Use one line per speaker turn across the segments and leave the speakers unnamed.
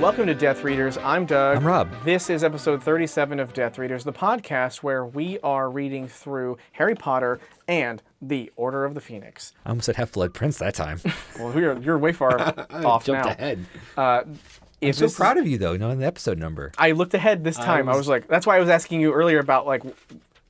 Welcome to Death Readers. I'm Doug.
I'm Rob.
This is episode 37 of Death Readers, the podcast where we are reading through Harry Potter and the Order of the Phoenix.
I almost said Half Blood Prince that time.
Well, we are, you're way far off
Jumped
now.
ahead.
If
So
this is-
proud of you though, knowing the episode number.
I looked ahead this time. I was, like, that's why I was asking you earlier about like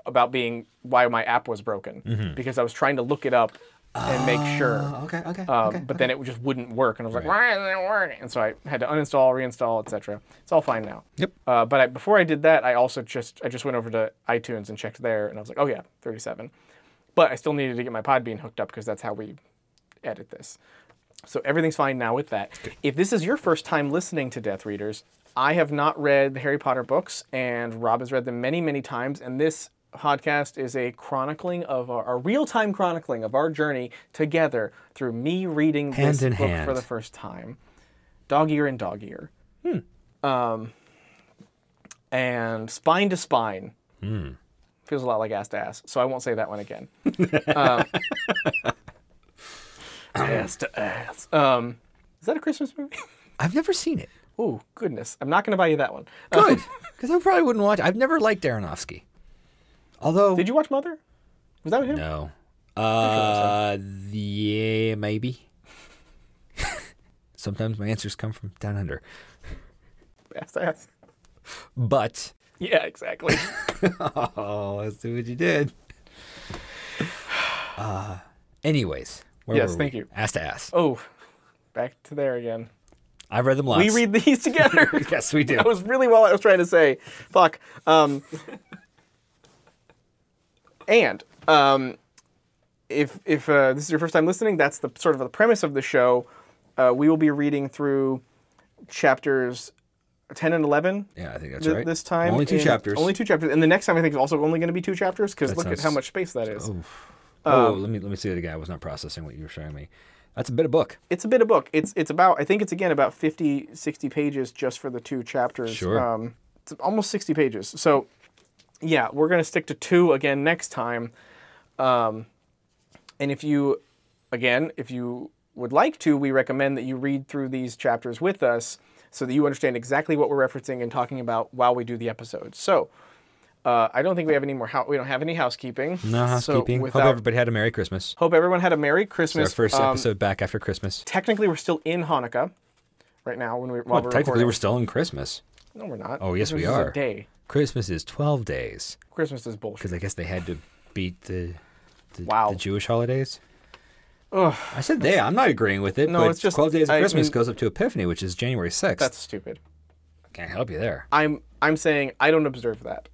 about being why my app was broken
Mm-hmm.
because I was trying to look it up and make sure.
Oh, okay, Ah, okay,
Um, but then it just wouldn't work, and I was like, "Why isn't it working?" And so I had to uninstall, reinstall, etc. It's all fine now.
Yep.
Uh, but I, before I did that, I also just I just went over to iTunes and checked there, and I was like, "Oh yeah, 37." But I still needed to get my Podbean hooked up because that's how we edit this. So everything's fine now with that. If this is your first time listening to Death Readers, I have not read the Harry Potter books, and Rob has read them many, many times. And this podcast is a chronicling of our, a real-time chronicling of our journey together through me reading
Hand
this
in
book for
hand.
the first time, dog ear and dog ear,
Hmm.
um, and spine to spine.
Hmm.
Feels a lot like ass to ass, so I won't say that one again. ass to ass. Um, is that a Christmas movie?
I've never seen it.
Oh goodness, I'm not going to buy you that one. Uh,
Good, because I probably wouldn't watch. I've never liked Aronofsky. Although
did you watch Mother? Was that with him?
no, uh, yeah, maybe. Sometimes my answers come from down under,
Ass to ass.
but
Yeah, exactly.
oh, I see what you did. Uh, anyways, where
Yes,
were
thank
we?
you.
Ass to ass.
oh, back to there again.
I've read them lots.
We read these together.
Yes, we do.
that was really what I was trying to say. Fuck. Um, and um, if if uh, this is your first time listening, that's the sort of the premise of the show. Uh, we will be reading through chapters ten and eleven.
Yeah, I think that's
th-
right.
This time,
only two
and-
chapters.
Only two chapters, and the next time I think is also only going to be two chapters because
That
look at
sounds-
how much space that is.
Oh, let me let me see that again. I was not processing what you were showing me. That's a bit of book.
It's a bit of book. It's it's about I think it's again about 50, 60 pages just for the two chapters.
Sure.
Um, it's almost sixty pages. So, yeah, we're gonna stick to two again next time. Um, And if you, again, if you would like to, we recommend that you read through these chapters with us so that you understand exactly what we're referencing and talking about while we do the episode. So, uh, I don't think we have any more. Hou- we don't have any housekeeping.
No housekeeping.
So
Hope
without, hope,
everybody had a Merry Christmas.
everyone had a Merry
Our
Christmas.
first
Um,
episode back after Christmas.
technically, we're still in Hanukkah right now when we while we're
Technically,
recording.
we're still in Christmas.
no, we're not.
Oh, yes, we
Christmas Is
are.
a day.
Christmas is twelve days
Christmas is bullshit.
because I guess they had to beat the the,
Wow.
the Jewish holidays. I said they. I'm not agreeing with it.
No,
but
it's just-
twelve days of
I
Christmas
mean-
goes up to Epiphany, which is January sixth.
That's stupid.
Can't help you there.
I'm I'm saying I don't observe that,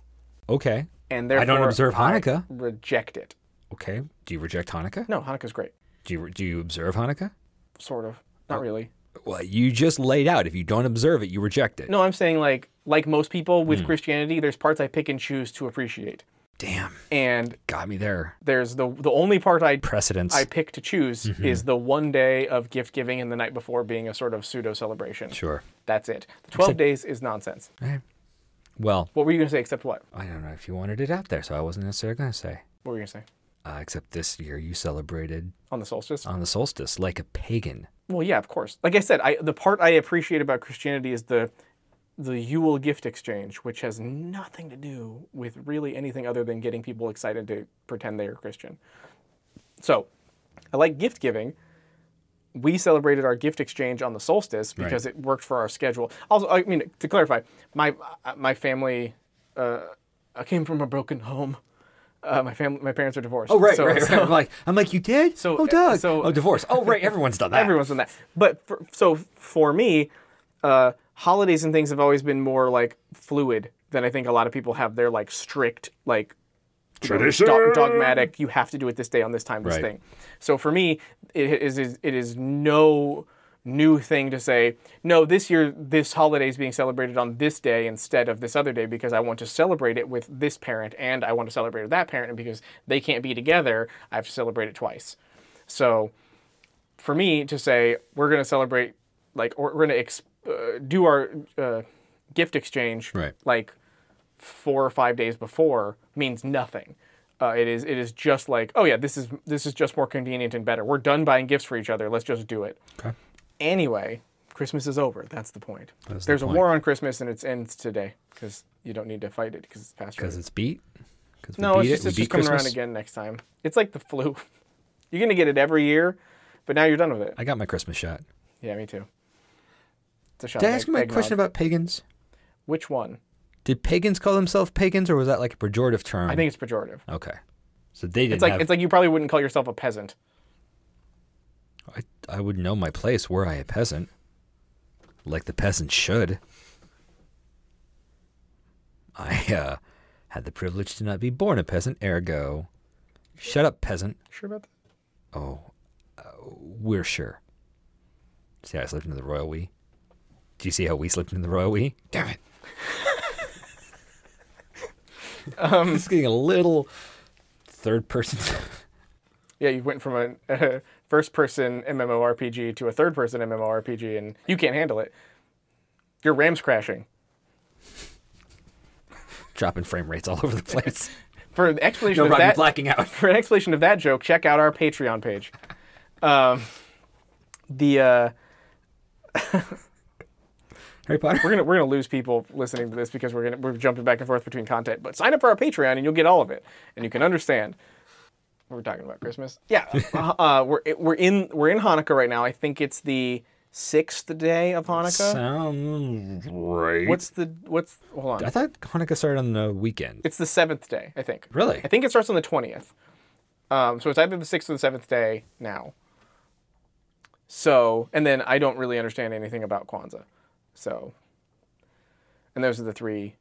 Okay.
and
I
therefore
don't observe Hanukkah.
Reject it.
Okay. Do you reject Hanukkah?
No, Hanukkah's great.
Do you do you observe Hanukkah?
Sort of. Not
Oh.
really.
Well, you just laid out. If you don't observe it, you reject it.
No, I'm saying like like most people
Hmm.
with Christianity, there's parts I pick and choose to appreciate,
Damn.
and
Got me there.
there's the the only part I
Precedence.
I pick to choose
Mm-hmm.
is the one day of gift giving and the night before being a sort of pseudo celebration.
Sure.
That's it. The Twelve days is nonsense.
Well,
What were you gonna say? Except what?
I don't know if you wanted it out there, so I wasn't necessarily going to say.
What were you gonna say?
Uh, except this year you celebrated
On the solstice?
on the solstice like a pagan.
Well, yeah, of course. Like I said, I the part I appreciate about Christianity is the the Yule gift exchange, which has nothing to do with really anything other than getting people excited to pretend they are Christian. So, I like gift giving. We celebrated our gift exchange on the solstice because it worked for our schedule. Also, I mean to clarify, my uh, my family, uh, I came from a broken home. Uh, my family, my parents are
Oh,
divorced. So- so-
I'm like, I'm like, you did?
So,
oh,
uh,
Doug.
so-
oh, divorce. Oh, right. Everyone's done that.
everyone's done that. But for, so for me, uh, holidays and things have always been more like fluid than I think a lot of people have their like strict like you know,
Tradition.
dog- dogmatic. You have to do it this day on this time this
Right.
thing. So for me, it is is- it is no new thing to say no this year this holiday is being celebrated on this day instead of this other day because i want to celebrate it with this parent and i want to celebrate it with that parent and because they can't be together i have to celebrate it twice so for me to say we're going to celebrate like or we're going to ex- uh, do our uh, gift exchange
Right.
like four or five days before means nothing uh, it is it is just like oh yeah this is this is just more convenient and better we're done buying gifts for each other let's just do it
Okay.
anyway Christmas is over. That's the point.
That's the
There's
point.
a war on Christmas and it ends today because you don't need to fight it because it's past.
because
right.
it's beat. Because
no, it's just, it's just coming around again next time. It's like the flu. You're gonna get it every year, but now you're done with it.
I got my Christmas shot.
Yeah, me too. It's a shot.
Did I
of
ask you my
eggnog.
question about pagans?
which one?
Did pagans call themselves pagans, or was that like a pejorative term?
I think it's pejorative.
Okay, so they didn't.
It's like
have,
it's like you probably wouldn't call yourself a peasant.
I, I would know my place were I a peasant, like the peasant should. I uh, had the privilege to not be born a peasant. Ergo, shut up, peasant.
Sure about that?
Oh, uh, we're sure. See, how I slipped into the royal we. Do you see how we slipped into the royal we? Damn it. um, it's getting a little third person.
Yeah, you went from a, a first person MMORPG to a third person MMORPG and you can't handle it. Your RAM's crashing.
dropping frame rates all over the place.
For an explanation
no,
of
Rob, you're
that
blacking out.
for an explanation of that joke, check out our Patreon page. Um, the uh,
Harry Potter.
we're gonna we're gonna lose people listening to this because we're gonna we're jumping back and forth between content. But sign up for our Patreon and you'll get all of it, and you can understand. We're talking about Christmas. Yeah, uh, uh, we're we're in we're in Hanukkah right now. I think it's the sixth day of Hanukkah.
Sounds right.
What's the what's hold
I
on?
thought Hanukkah started on the weekend.
It's the seventh day, I think.
Really?
I think it starts on the twentieth. Um, so it's either the sixth or the seventh day now. So and then I don't really understand anything about Kwanzaa. So and those are the three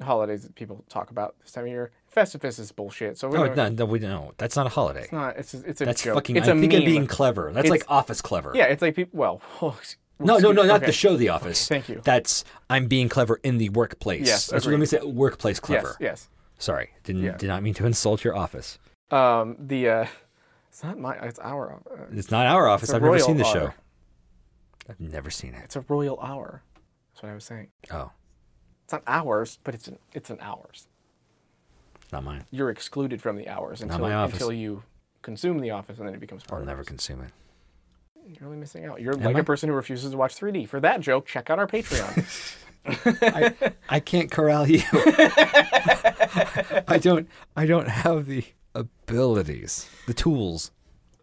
holidays that people talk about this time of year. Festivus is bullshit. So we
Oh
don't,
no, no, we no. That's not a holiday.
it's not. It's a, it's a
That's
joke.
fucking.
it's
I
a
think
meme.
I'm being clever. That's like office clever.
yeah, it's like people. Well,
No, no, no, not
okay.
the show The Office.
thank you.
That's I'm being clever in the workplace.
Yes,
That's what let me say workplace
Yes,
clever.
yes.
Sorry, didn't
Yeah.
did not mean to insult your office.
Um, the uh, it's not my. It's our. Uh,
It's not our office.
a
I've never
royal
seen the
honor.
show. I've never seen it.
it's a royal hour. That's what I was saying.
Oh,
It's not ours, but it's an, it's an hours.
not mine.
You're excluded from the hours until,
my office.
until you consume the office, and then it becomes part
I'll
of
never consume it.
it. You're really missing out. You're like
I?
a person who refuses to watch 3D. For that joke, check out our Patreon.
I, I can't corral you. I don't. I don't have the abilities, the tools.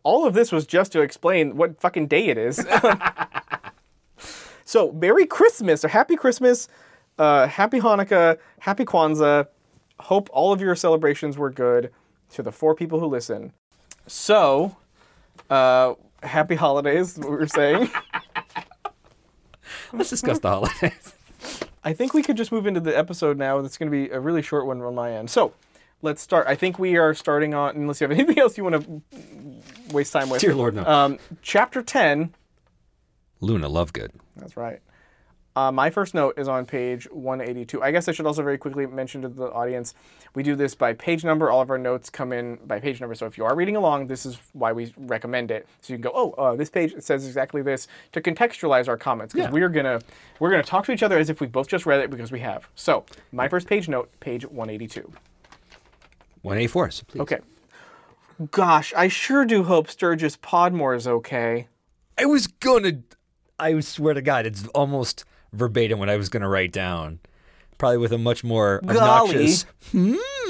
All of this was just to explain what fucking day it is. so, Merry Christmas or Happy Christmas, uh, Happy Hanukkah, Happy Kwanzaa. Hope all of your celebrations were good to the four people who listen. So, uh, happy holidays, what we were saying.
Let's discuss the holidays.
I think we could just move into the episode now. That's going to be a really short one on my end. So let's start. I think we are starting on, unless you have anything else you want to waste time with.
Dear Lord, no.
Um, chapter 10.
Luna Lovegood.
That's right. Uh, my first note is on page 182. I guess I should also very quickly mention to the audience we do this by page number. All of our notes come in by page number. So if you are reading along, this is why we recommend it. So you can go, oh, uh, this page says exactly this to contextualize our comments because
Yeah.
we're gonna we're gonna talk to each other as if we both just read it because we have. So my first page note, page 182.
One eighty four. Please.
Okay. Gosh, I sure do hope Sturgis Podmore is okay.
I was gonna. I swear to God, it's almost verbatim what I was gonna write down. Probably with a much more obnoxious.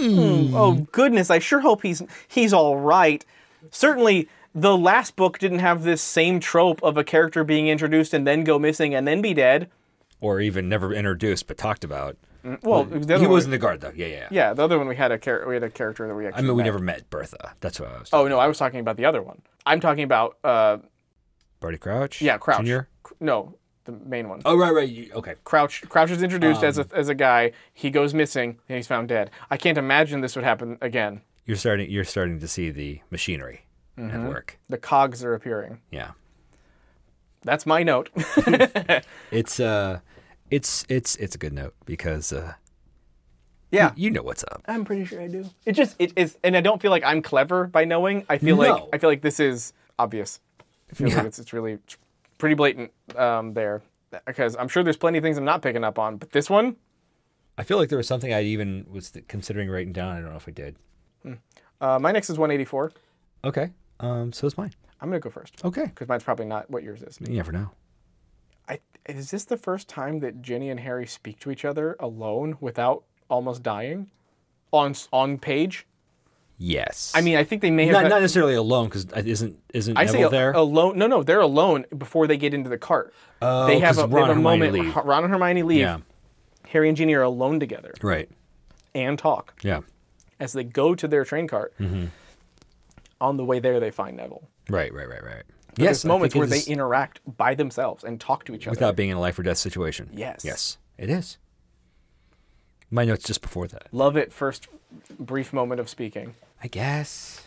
Oh goodness, I sure hope he's he's all right. Certainly the last book didn't have this same trope of a character being introduced and then go missing and then be dead.
or even never introduced but talked about.
Well, the other
He
one,
wasn't a guard though. Yeah, yeah. yeah.
Yeah, the other one we had a char- we had a character that we
I
actually
mean, we
met.
never met Bertha. That's what I was.
Oh no, I was talking about the other one. I'm talking about uh
Barty Crouch.
yeah, Crouch.
Junior.
C- No, the main one.
Oh Um. right, right. You, okay.
Crouch Crouch is introduced as a as a guy, he goes missing and he's found dead. I can't imagine this would happen again.
You're starting. You're starting to see the machinery
Mm-hmm.
at work.
The cogs are appearing.
Yeah.
That's my note.
It's uh, it's it's it's a good note because uh,
yeah.
you know what's up.
I'm pretty sure I do. It just it is, and I don't feel like I'm clever by knowing. I feel like
No.
I feel like this is obvious. I feel like it's it's really pretty blatant um, there because I'm sure there's plenty of things I'm not picking up on, but this one,
I feel like there was something I even was th- considering writing down. I don't know if I did.
uh, my next is 184.
Okay. Um. So it's mine.
I'm gonna go first
Okay.
because mine's probably not what yours is.
You never know.
I, is this the first time that Ginny and Harry speak to each other alone without almost dying on on page?
Yes.
I mean, I think they may have
not,
got-
not necessarily alone because isn't isn't
I
Neville
say
there?
alone. No, no, they're alone before they get into the cart.
Oh,
they have a,
'cause
they have
Ron
a
and Hermione
moment.
leave.
Ron and Hermione leave.
Yeah.
Harry and Ginny are alone together
Right.
and talk
Yeah.
as they go to their train cart.
Mm-hmm.
On the way there, they find Neville.
Right. Right. Right. Right.
There's
Yes. I
moments
think
where
it
they
is
interact by themselves and talk to each other.
without being in a life or death situation.
Yes.
Yes. It is. My notes just before that.
Love it. First brief moment of speaking.
I guess.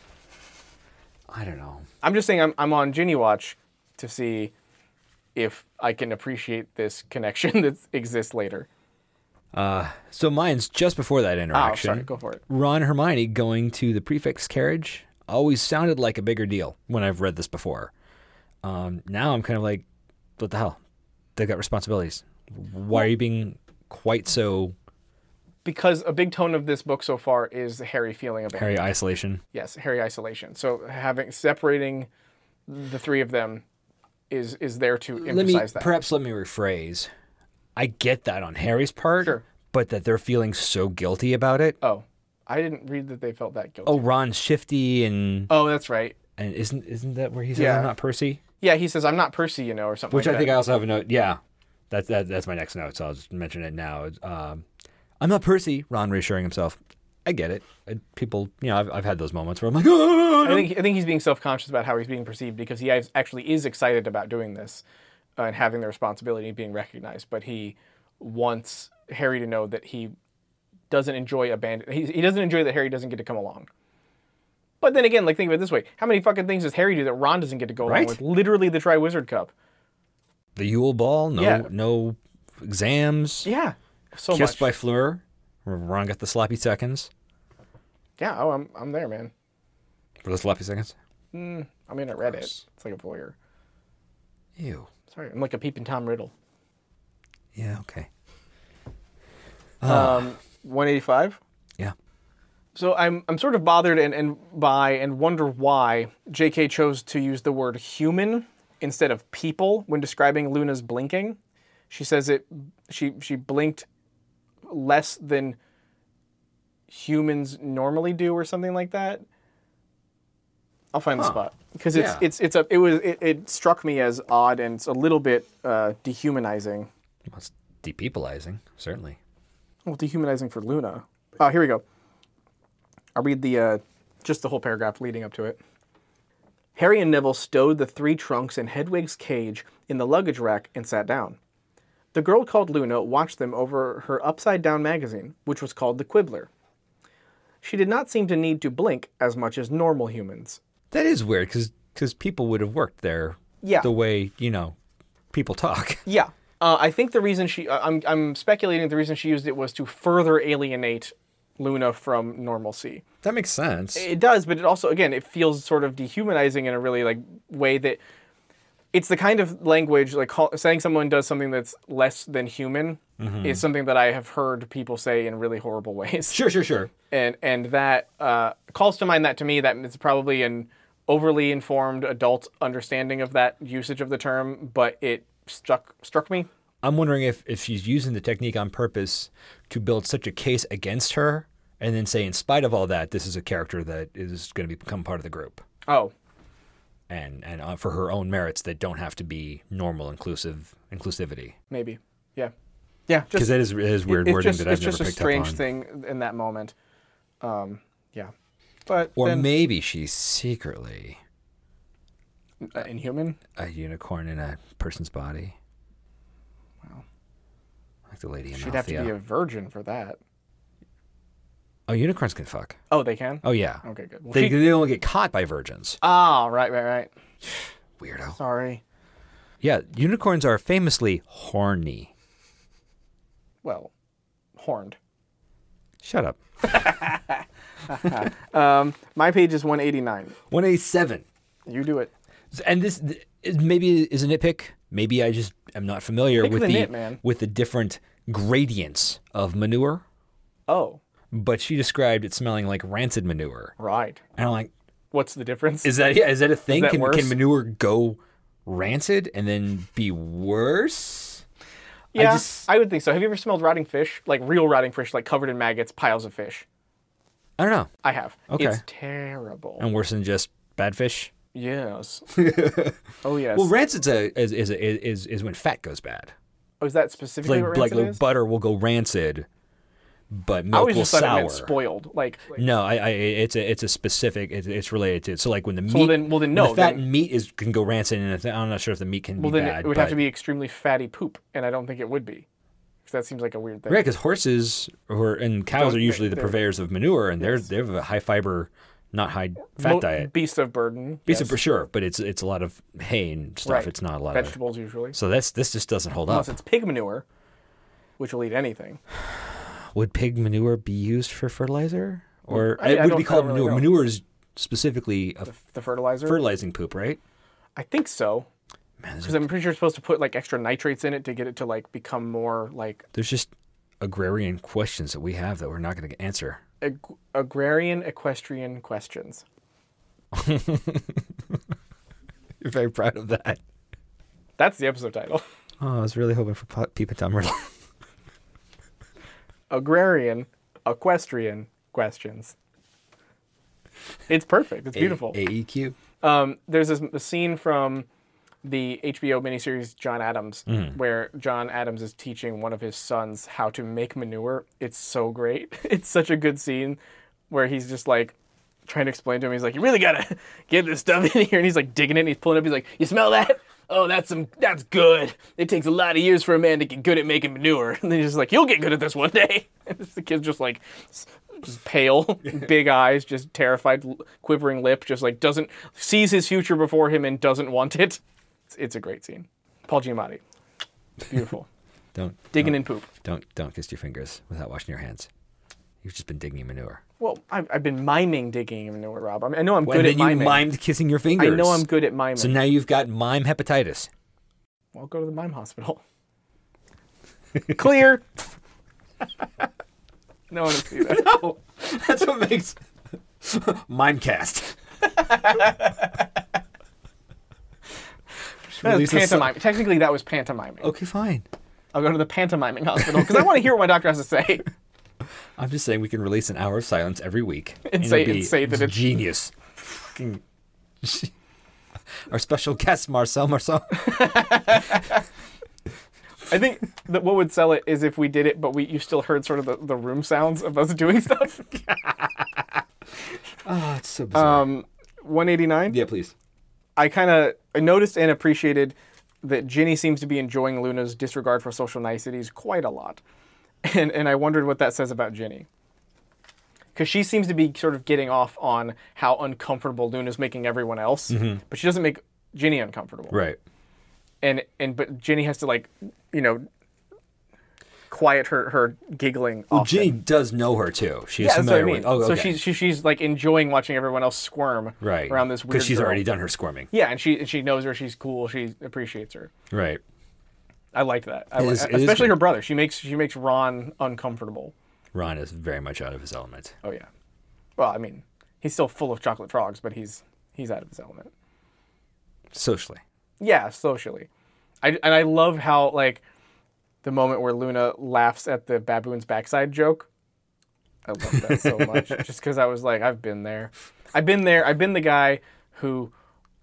I don't know.
I'm just saying I'm, I'm on Ginny Watch to see if I can appreciate this connection that exists later.
So mine's just before that
Oh,
interaction.
sorry. Go for it.
Ron and Hermione going to the prefix carriage always sounded like a bigger deal when I've read this before. Um, now I'm kind of like, what the hell? They've got responsibilities. Why are you being quite so
Because a big tone of this book so far is Harry feeling abandoned.
Harry isolation?
Yes, Harry isolation. So having separating the three of them is is there to
Let me
emphasize that.
perhaps let me rephrase. I get that on Harry's part,
Sure.
but that they're feeling so guilty about it.
oh, I didn't read that they felt that guilty.
Oh, Ron's shifty and
Oh, that's right.
and isn't isn't that where he says
Yeah.
I'm not Percy?
Yeah, he says I'm not Percy, you know, or something.
Which
like
I
that.
think I also have a note. Yeah, that's that, that's my next note, so I'll just mention it now. Um, I'm not Percy. Ron reassuring himself. I get it. I, people, you know, I've, I've had those moments where I'm like, "Ah!"
I think I think he's being self-conscious about how he's being perceived because he is- actually is excited about doing this uh, and having the responsibility and being recognized, but he wants Harry to know that he doesn't enjoy abandon. He, he doesn't enjoy that Harry doesn't get to come along. But then again, like think of it this way: how many fucking things does Harry do that Ron doesn't get to go
Right.
along with? Literally the Triwizard Cup.
the Yule Ball. No,
Yeah.
no exams.
Yeah, so
Kissed
much.
by Fleur. Ron got the sloppy seconds.
yeah, oh, I'm I'm there, man.
For the sloppy seconds.
I'm in at Reddit. It's like a voyeur.
Ew.
Sorry, I'm like a peeping Tom Riddle.
Yeah. Okay.
Um, 185.
Yeah.
So I'm I'm sort of bothered and, and by and wonder why J.K. chose to use the word human instead of people when describing Luna's blinking. She says it she she blinked less than humans normally do or something like that. I'll find the spot because it's
Yeah.
it's it's a it was it, it struck me as odd and it's a little bit uh, dehumanizing.
Well, it's depeopleizing, certainly.
Well, dehumanizing for Luna. Oh, here we go. I'll read the uh, just the whole paragraph leading up to it. Harry and Neville stowed the three trunks in Hedwig's cage in the luggage rack and sat down. The girl called Luna watched them over her upside down magazine, which was called the Quibbler. She did not seem to need to blink as much as normal humans.
That is weird because people would have worked there.
Yeah.
The way you know, people talk.
Yeah. Uh, I think the reason she, uh, I'm, I'm speculating the reason she used it was to further alienate Luna from normalcy.
That makes sense.
It does, but it also again it feels sort of dehumanizing in a really like way that it's the kind of language like call, saying someone does something that's less than human is something that I have heard people say in really horrible ways,
Sure. Sure. Sure.
and and that uh, calls to mind that to me that it's probably an overly informed adult understanding of that usage of the term, but it struck struck me.
I'm wondering if, if she's using the technique on purpose to build such a case against her and then say, in spite of all that, this is a character that is going to become part of the group
Oh,
and, and uh, for her own merits that don't have to be normal inclusive inclusivity.
maybe, yeah, yeah.
Because
Just
that is, it is weird
it's
wording
just
that I've
it's
never
just a
picked
strange
up on.
thing in that moment. Um, yeah, but
Or
then,
maybe she's secretly
Uh, Inhuman?
a unicorn in a person's body. Wow. Like the lady in
She'd have to be
Althea.
a virgin for that.
Oh, unicorns can fuck.
Oh, they can?
Oh, yeah.
Okay, good. Well,
They,
she-
they only get caught by virgins.
Ah, right, right, right.
Weirdo.
Sorry.
Yeah, unicorns are famously horny.
Well, horned.
Shut up.
Um, my page is 189.
187.
You do it.
And this th- is maybe is a nitpick. Maybe I just am not familiar
Pick
with
the
the,
nit, man.
with the different gradients of manure,
Oh,
but she described it smelling like rancid manure.
right.
And I'm like,
What's the difference?
is that yeah, is that a thing?
that
can,
worse?
can manure go rancid and then be worse?
Yeah, I,
just-
would think so. Have you ever smelled rotting fish, like real rotting fish, like covered in maggots, piles of fish?
I don't know.
I have.
Okay.
It's terrible.
And worse than just bad fish.
Yes. oh yes.
Well, rancid's a is is is, is when fat goes bad.
oh, is that specifically
Like
what
like
rancid is?
butter will go rancid, but
I
milk
always
will
just thought it
sour.
meant spoiled. Like, like-
No, I, I it's a it's a specific it's, it's related to so like when the meat
well, then- well, then
when the
no,
fat
then-
and meat is can go rancid and if- I'm not sure if the meat can
well,
be
then
bad,
it would
but-
have to be extremely fatty poop, and I don't think it would be. 'Cause that seems like a weird thing.
Right, because horses or and cows
Don't-
are usually the
they're-
purveyors of manure, and they're they have a high fiber, not high fat
Mo-
diet.
Beast of burden.
Piece of
yes.
for sure, but it's it's a lot of hay and stuff.
Right.
It's not a lot of
Vegetables usually,
so that's this just doesn't hold
unless
up.
it's pig manure, which will eat anything.
Would pig manure be used for fertilizer, or
I mean, I
it would
don't-
be
I
called
don't really
manure?
know.
Manure is specifically a
The fertilizer.
fertilizing poop, right?
I think so,
Man,
because
there's,
I'm pretty sure it's supposed to put like extra nitrates in it to get it to like become more like
there's just agrarian questions that we have that we're not going to answer.
ag- agrarian equestrian questions.
You're very proud of that.
That's the episode title.
Oh, I was really hoping for Pop- Peep and Tom Riddle.
agrarian equestrian questions. It's perfect. It's beautiful.
AEQ.
Um, there's this a scene from the HBO miniseries John Adams where John Adams is teaching one of his sons how to make manure. It's so great. It's such a good scene where he's just like trying to explain to him. He's like, "You really gotta get this stuff in here," and he's like digging it. And he's pulling it up. He's like, "You smell that?" Oh, that's some. That's good. It takes a lot of years for a man to get good at making manure, and then he's just like, "You'll get good at this one day." And the kid's just like, s- just pale, big eyes, just terrified, l- quivering lip, just like doesn't sees his future before him and doesn't want it. It's, it's a great scene. Paul Giamatti, beautiful,
Don't
digging in poop.
Don't don't kiss your fingers without washing your hands. You've just been digging in manure.
Well, I've, I've been miming digging in manure, Rob. I, mean, I know I'm
Well,
good
then
at miming.
you mimed kissing your
I
fingers.
know I'm good at miming.
So now you've got mime hepatitis.
I'll go to the mime hospital. Clear. no one will see that.
Oh, that's what makes mimecast.
That was pantomime. Technically, that was pantomiming.
Okay, fine.
I'll go to the pantomiming hospital because I want to hear what my doctor has to say.
I'm just saying we can release an hour of silence every week
And
it'll
say-
be
and say that it's-
genius. Fucking- Our special guest Marcel Marcel.
I think that what would sell it is if we did it, but we you still heard sort of the, the room sounds of us doing stuff.
oh, it's
Um,
so bizarre.
189.
yeah, please.
I kind of noticed and appreciated that Ginny seems to be enjoying Luna's disregard for social niceties quite a lot, and and I wondered what that says about Ginny. Because she seems to be sort of getting off on how uncomfortable Luna's making everyone else, but she doesn't make Ginny uncomfortable.
Mm-hmm. Right.
and and but Ginny has to like, you know, quiet her her giggling.
Well,
often.
Ginny does know her too. She's
yeah, that's what I
familiar
mean.
with. Oh,
So
okay.
she's she, she's like enjoying watching everyone else squirm
right
around this weird.
because she's
girl.
already done her squirming.
Yeah, and she and she knows her. She's cool. She appreciates her.
Right.
I liked that. I
It
li-
is- it is
especially
good.
her brother. She makes she makes Ron uncomfortable.
Ron is very much out of his element.
Oh yeah. Well, I mean, he's still full of chocolate frogs, but he's he's out of his element.
Socially.
Yeah, socially. I, and I love how like the moment where Luna laughs at the baboon's backside joke. I love that so much. Just because I was like, I've been there. I've been there. I've been the guy who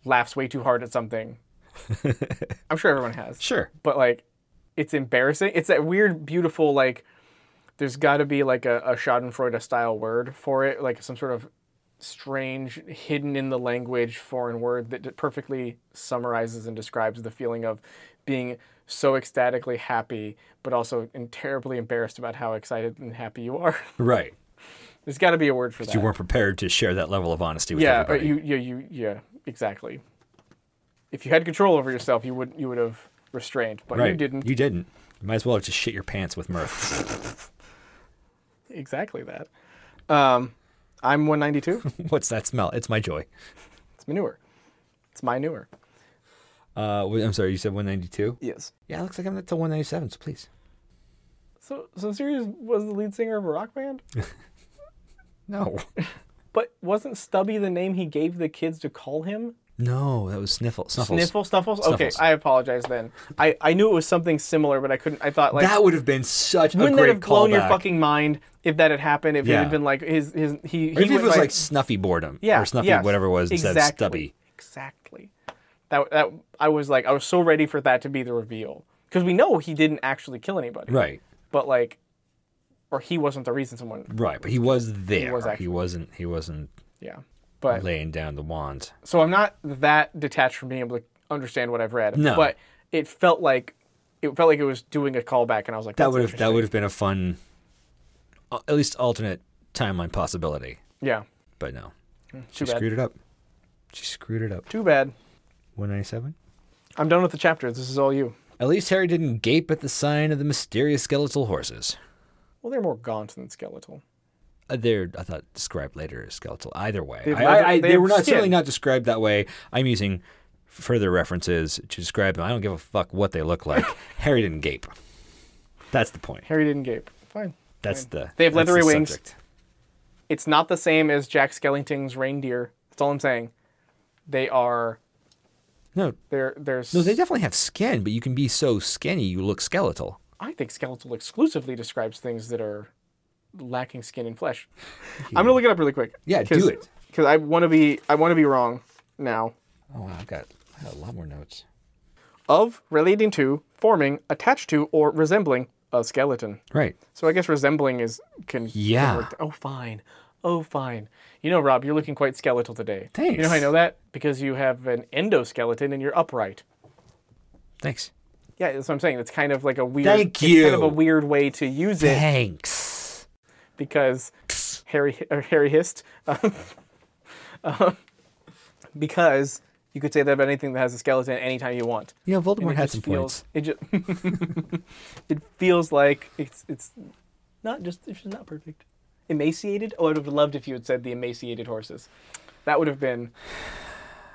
laughs way too hard at something. I'm sure everyone has.
Sure.
But like, it's embarrassing. It's that weird, beautiful like. There's got to be like a, a Schadenfreude style word for it, like some sort of strange, hidden in the language foreign word that perfectly summarizes and describes the feeling of being so ecstatically happy, but also in terribly embarrassed about how excited and happy you are.
Right.
There's got to be a word for that.
You weren't prepared to share that level of honesty with
yeah, uh,
everybody.
you, yeah, you, yeah, exactly. If you had control over yourself, you would you would have restrained, but
right.
you didn't.
You didn't. You might as well have just shit your pants with mirth.
Exactly that. Um, I'm 192.
What's that smell? It's my joy.
it's manure. It's my newer.
Uh, wait, I'm sorry. You said 192.
Yes.
Yeah, it looks like I'm not till 197. So please.
So, so Sirius was the lead singer of a rock band.
No.
But wasn't Stubby the name he gave the kids to call him?
No, that was Sniffle. Snuffles.
Sniffle, snuffles? Okay,
Snuffles.
I apologize then. I, I knew it was something similar, but I couldn't. I thought like
that would have been such a
wouldn't
great
that have blown your
callback.
fucking mind if that had happened? If it
Yeah.
had been like his his he, he
Or if it
went
was
by-
like snuffy boredom
yeah
or snuffy
yes,
whatever it was instead of
exactly,
stubby.
Exactly. That that I was like I was so ready for that to be the reveal because we know he didn't actually kill anybody,
Right,
But like, or he wasn't the reason someone.
right. But he was there. He,
was
was
actually-
wasn't. He wasn't
Yeah. But
laying down the wand.
so I'm not that detached from being able to understand what I've read.
No.
But it felt like it felt like it was doing a callback, and I was like,
That
"That's
would have. That
interesting."
would have been a fun, uh, at least alternate timeline possibility.
Yeah.
But no, she
Hmm, Too bad.
screwed it up. She screwed it up.
Too bad.
One ninety seven.
I'm done with the chapter. This is all you.
At least Harry didn't gape at the sign of the mysterious skeletal horses.
Well, they're more gaunt than skeletal.
Uh, they're, I thought, described later as skeletal. Either way,
They've
I,
leather-
I, I,
they
they
have
were not certainly
skin.
not described that way. I'm using further references to describe them. I don't give a fuck what they look like. Harry didn't gape. That's the point.
Harry didn't gape. Fine.
That's the.
They have
that's the
leathery wings.
subject.
It's not the same as Jack Skellington's reindeer. That's all I'm saying. They are.
No,
They're. They're. s-
no, they definitely have skin, but you can be so skinny you look skeletal.
I think skeletal exclusively describes things that are lacking skin and flesh. I'm gonna look it up really quick.
Yeah, do it.
Because I want to be. I want to be wrong now.
Oh, wow, I've got, I got a lot more notes.
Of relating to, forming, attached to, or resembling a skeleton.
Right.
So I guess resembling is can. can
Yeah.
work- oh, fine. Oh, fine. You know, Rob, you're looking quite skeletal today. You
Thanks.
know how I know that because you have an endoskeleton and you're upright.
Thanks.
Yeah, that's what I'm saying. That's kind of like a weird.
Thank
it's kind of a
you.
weird way to use it
Thanks.
because Harry or Harry hissed. Um, um, because you could say that about anything that has a skeleton anytime you want.
You know,
And
Voldemort
it
had
just
some
feels,
points.
It just it feels like it's it's not just it's just not perfect. Emaciated. Oh, I would have loved if you had said the emaciated horses. That would have been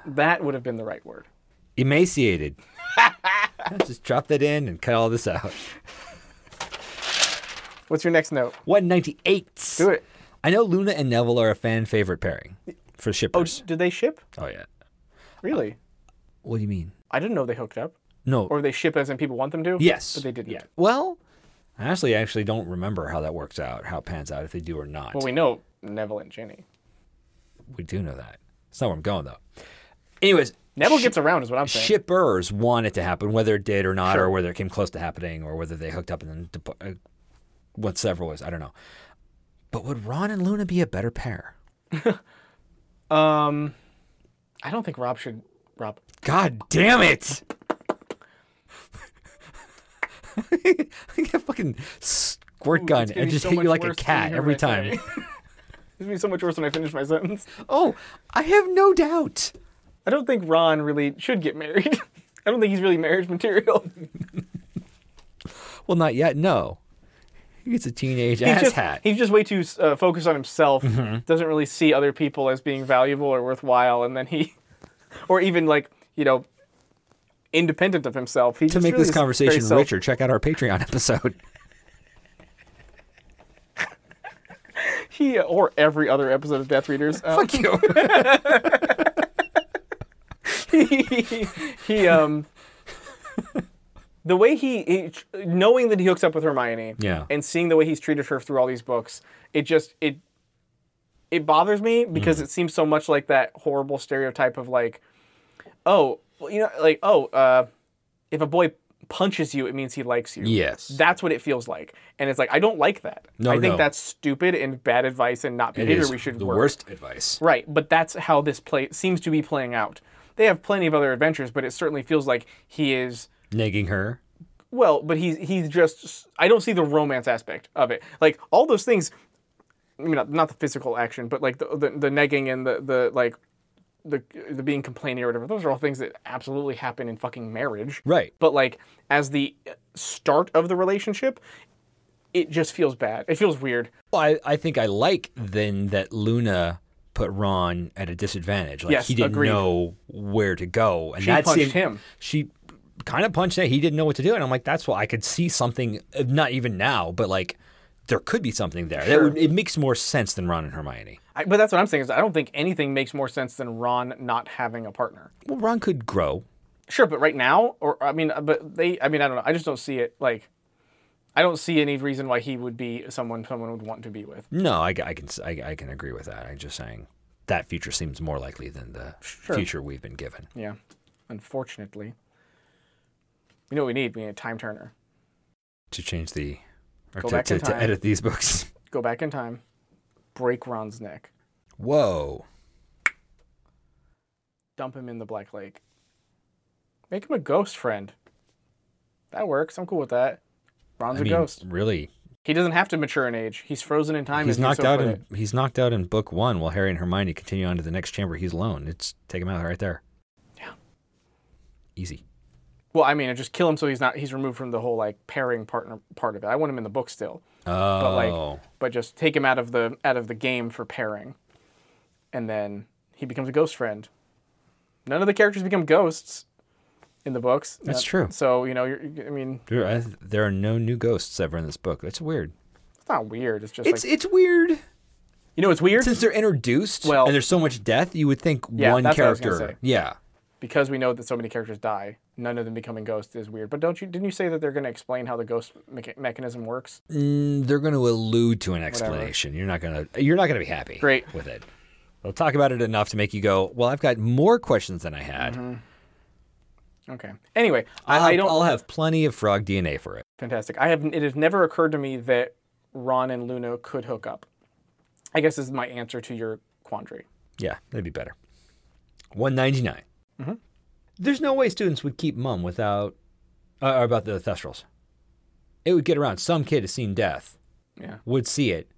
that would have been the right word.
Emaciated. Just drop that in and cut all this out.
What's your next note?
198.
Do it.
I know Luna and Neville are a fan favorite pairing for
Oh,
shippers.
did they ship?
Oh, yeah.
Really?
What do you mean?
I didn't know they hooked up.
No.
Or they ship as in people want them to?
yes.
But they didn't.
Well, I actually actually don't remember how that works out, how it pans out, if they do or not.
Well, we know Neville and Ginny.
we do know that. It's not where I'm going though. Anyways,
Neville
shi-
gets around, is what I'm saying.
shippers want it to happen, whether it did or not,
Sure.
or whether it came close to happening, or whether they hooked up and then dep- uh, went several ways. I don't know. But would Ron and Luna be a better pair?
Um, I don't think Rob should. Rob,
God damn it! I get a fucking squirt gun
gonna
and
be
just
so
hit you
much
like a
worse than
cat
you
every
heard
time.
me say. it's gonna be so much worse when I finish my sentence.
oh, I have no doubt.
I don't think Ron really should get married. I don't think he's really marriage material.
Well, not yet. No, he's a teenage
He's
ass
just,
hat. Mm-hmm.
he's just way too uh, focused on himself. Doesn't really see other people as being valuable or worthwhile, and then he, or even like you know, independent of himself. He
to make this conversation richer, check out our Patreon episode.
He or every other episode of Death Readers. uh,
Fuck you.
he, he um the way he, he knowing that he hooks up with Hermione
Yeah.
and seeing the way he's treated her through all these books it just it it bothers me because
Mm.
it seems so much like that horrible stereotype of like oh well, you know like oh uh if a boy punches you it means he likes you
Yes.
that's what it feels like and it's like I don't like that
No,
I think
no.
that's stupid and bad advice and not
It
behavior
is
we should
the
work
worst advice.
Right, but that's how this play seems to be playing out. They have plenty of other adventures, but it certainly feels like he is
Negging her.
well, but he's he's just I don't see the romance aspect of it. Like all those things I mean not, not the physical action, but like the the, the negging and the the like the, the being complaining or whatever. Those are all things that absolutely happen in fucking marriage.
Right.
But like as the start of the relationship, it just feels bad. It feels weird.
Well, I, I think I like then that Luna put Ron at a disadvantage. Like
Yes,
he didn't
agreed.
know where to go, and she that
punched
seemed-
him.
She kind of punched him. He didn't know what to do, and I'm like, that's why I could see something. uh, Not even now, but like there could be something there. That would, it makes more sense than Ron and Hermione.
I, but that's what I'm saying is I don't think anything makes more sense than Ron not having a partner.
Well, Ron could grow.
Sure, but right now, or I mean, uh, but they, I mean, I don't know. I just don't see it like. I don't see any reason why he would be someone someone would want to be with.
No, I, I can I, I can agree with that. I'm just saying that future seems more likely than the future we've been given.
Yeah, unfortunately. You know what we need? We need a time turner.
To change the or
Go
to,
back in
to, to
time.
edit these books.
Go back in time, break Ron's neck,
Whoa.
dump him in the Black Lake, make him a ghost friend. That works. I'm cool with that. Ron's
I
a
mean,
ghost.
really.
He doesn't have to mature in age. He's frozen in time.
he's
if you
knocked
so
out
put
in
it.
he's knocked out in book one while Harry and Hermione continue on to the next chamber. He's alone. It's take him out right there.
Yeah.
Easy.
Well, I mean, I just kill him so he's not he's removed from the whole like pairing partner part of it. I want him in the book still,
Oh.
but like, but just take him out of the out of the game for pairing, and then he becomes a ghost friend. None of the characters become ghosts in the books.
That's
Uh,
true.
So you know, you're, I mean,
there, I, there are no new ghosts ever in this book. That's weird.
it's not weird. It's just
It's
like
it's weird
you know, it's weird
since they're introduced
Well-
and there's so much death. You would think
Yeah,
one
that's what I was
character.
gonna say.
Yeah.
because we know that so many characters die. None of them becoming ghosts is weird. But don't you didn't you say that they're going to explain how the ghost mecha- mechanism works?
Mm, they're going to allude to an explanation. You're not going to you're not going to be happy
Great.
with it. They'll talk about it enough to make you go, "Well, I've got more questions than I had.
Okay. Anyway,
I'll,
Mm-hmm. I, I
have,
don't.
I'll have plenty of frog DNA for it."
Fantastic. I have. It has never occurred to me that Ron and Luna could hook up. I guess this is my answer to your quandary.
Yeah, that'd be better. One
Mm-hmm.
There's no way students would keep mum without uh, about the thestrals. It would get around. Some kid has seen death,
Yeah.
would see it,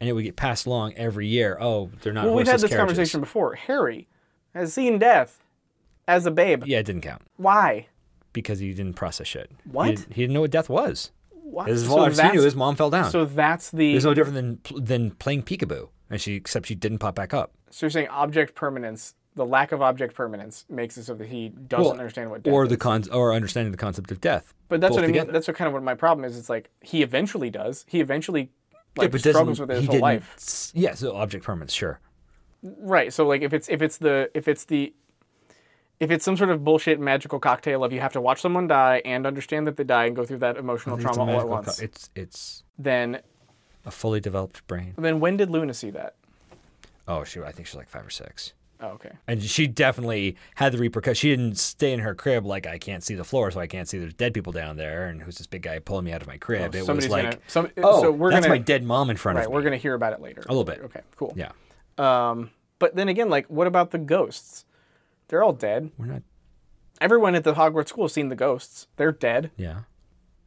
and it would get passed along every year. Oh, they're not.
Well, we've had
horseless
this
carriages.
conversation before. Harry has seen death as a babe.
Yeah, it didn't count
Why?
because he didn't process shit.
What?
He didn't, he didn't know what death was.
Why?
As far as he
that's,
knew, his mom fell down.
so that's the.
it's no different than pl- than playing peekaboo, and she except she didn't pop back up.
so you're saying object permanence. The lack of object permanence makes it so that he doesn't understand what death
or
is.
the con- or understanding the concept of death.
But that's
both
what I mean.
together.
That's what kind of what my problem is. It's like he eventually does. He eventually
Yeah,
like
but doesn't-
struggles with it
he
his whole
didn't-
life.
s- Yeah, so object permanence, sure.
Right. So like if it's if it's the if it's the if it's some sort of bullshit magical cocktail of you have to watch someone die and understand that they die and go through that emotional
It's a
trauma all at
magical
once,
co- it's it's
then
a fully developed brain.
then when did Luna see that?
Oh, she I think she's like five or six,
Oh, okay.
and she definitely had the repercussions. She didn't stay in her crib like I can't see the floor, so I can't see there's dead people down there, and who's this big guy pulling me out of my crib? it was
Somebody's
like,
gonna. Some,
oh,
so we're
that's
gonna.
my dead mom in front
right.
of me.
We're gonna hear about it later. A
little bit.
Okay. Cool.
yeah,
Um. But then again, like, what about the ghosts? They're all dead.
we're not.
Everyone at the Hogwarts school has seen the ghosts. They're dead.
Yeah, are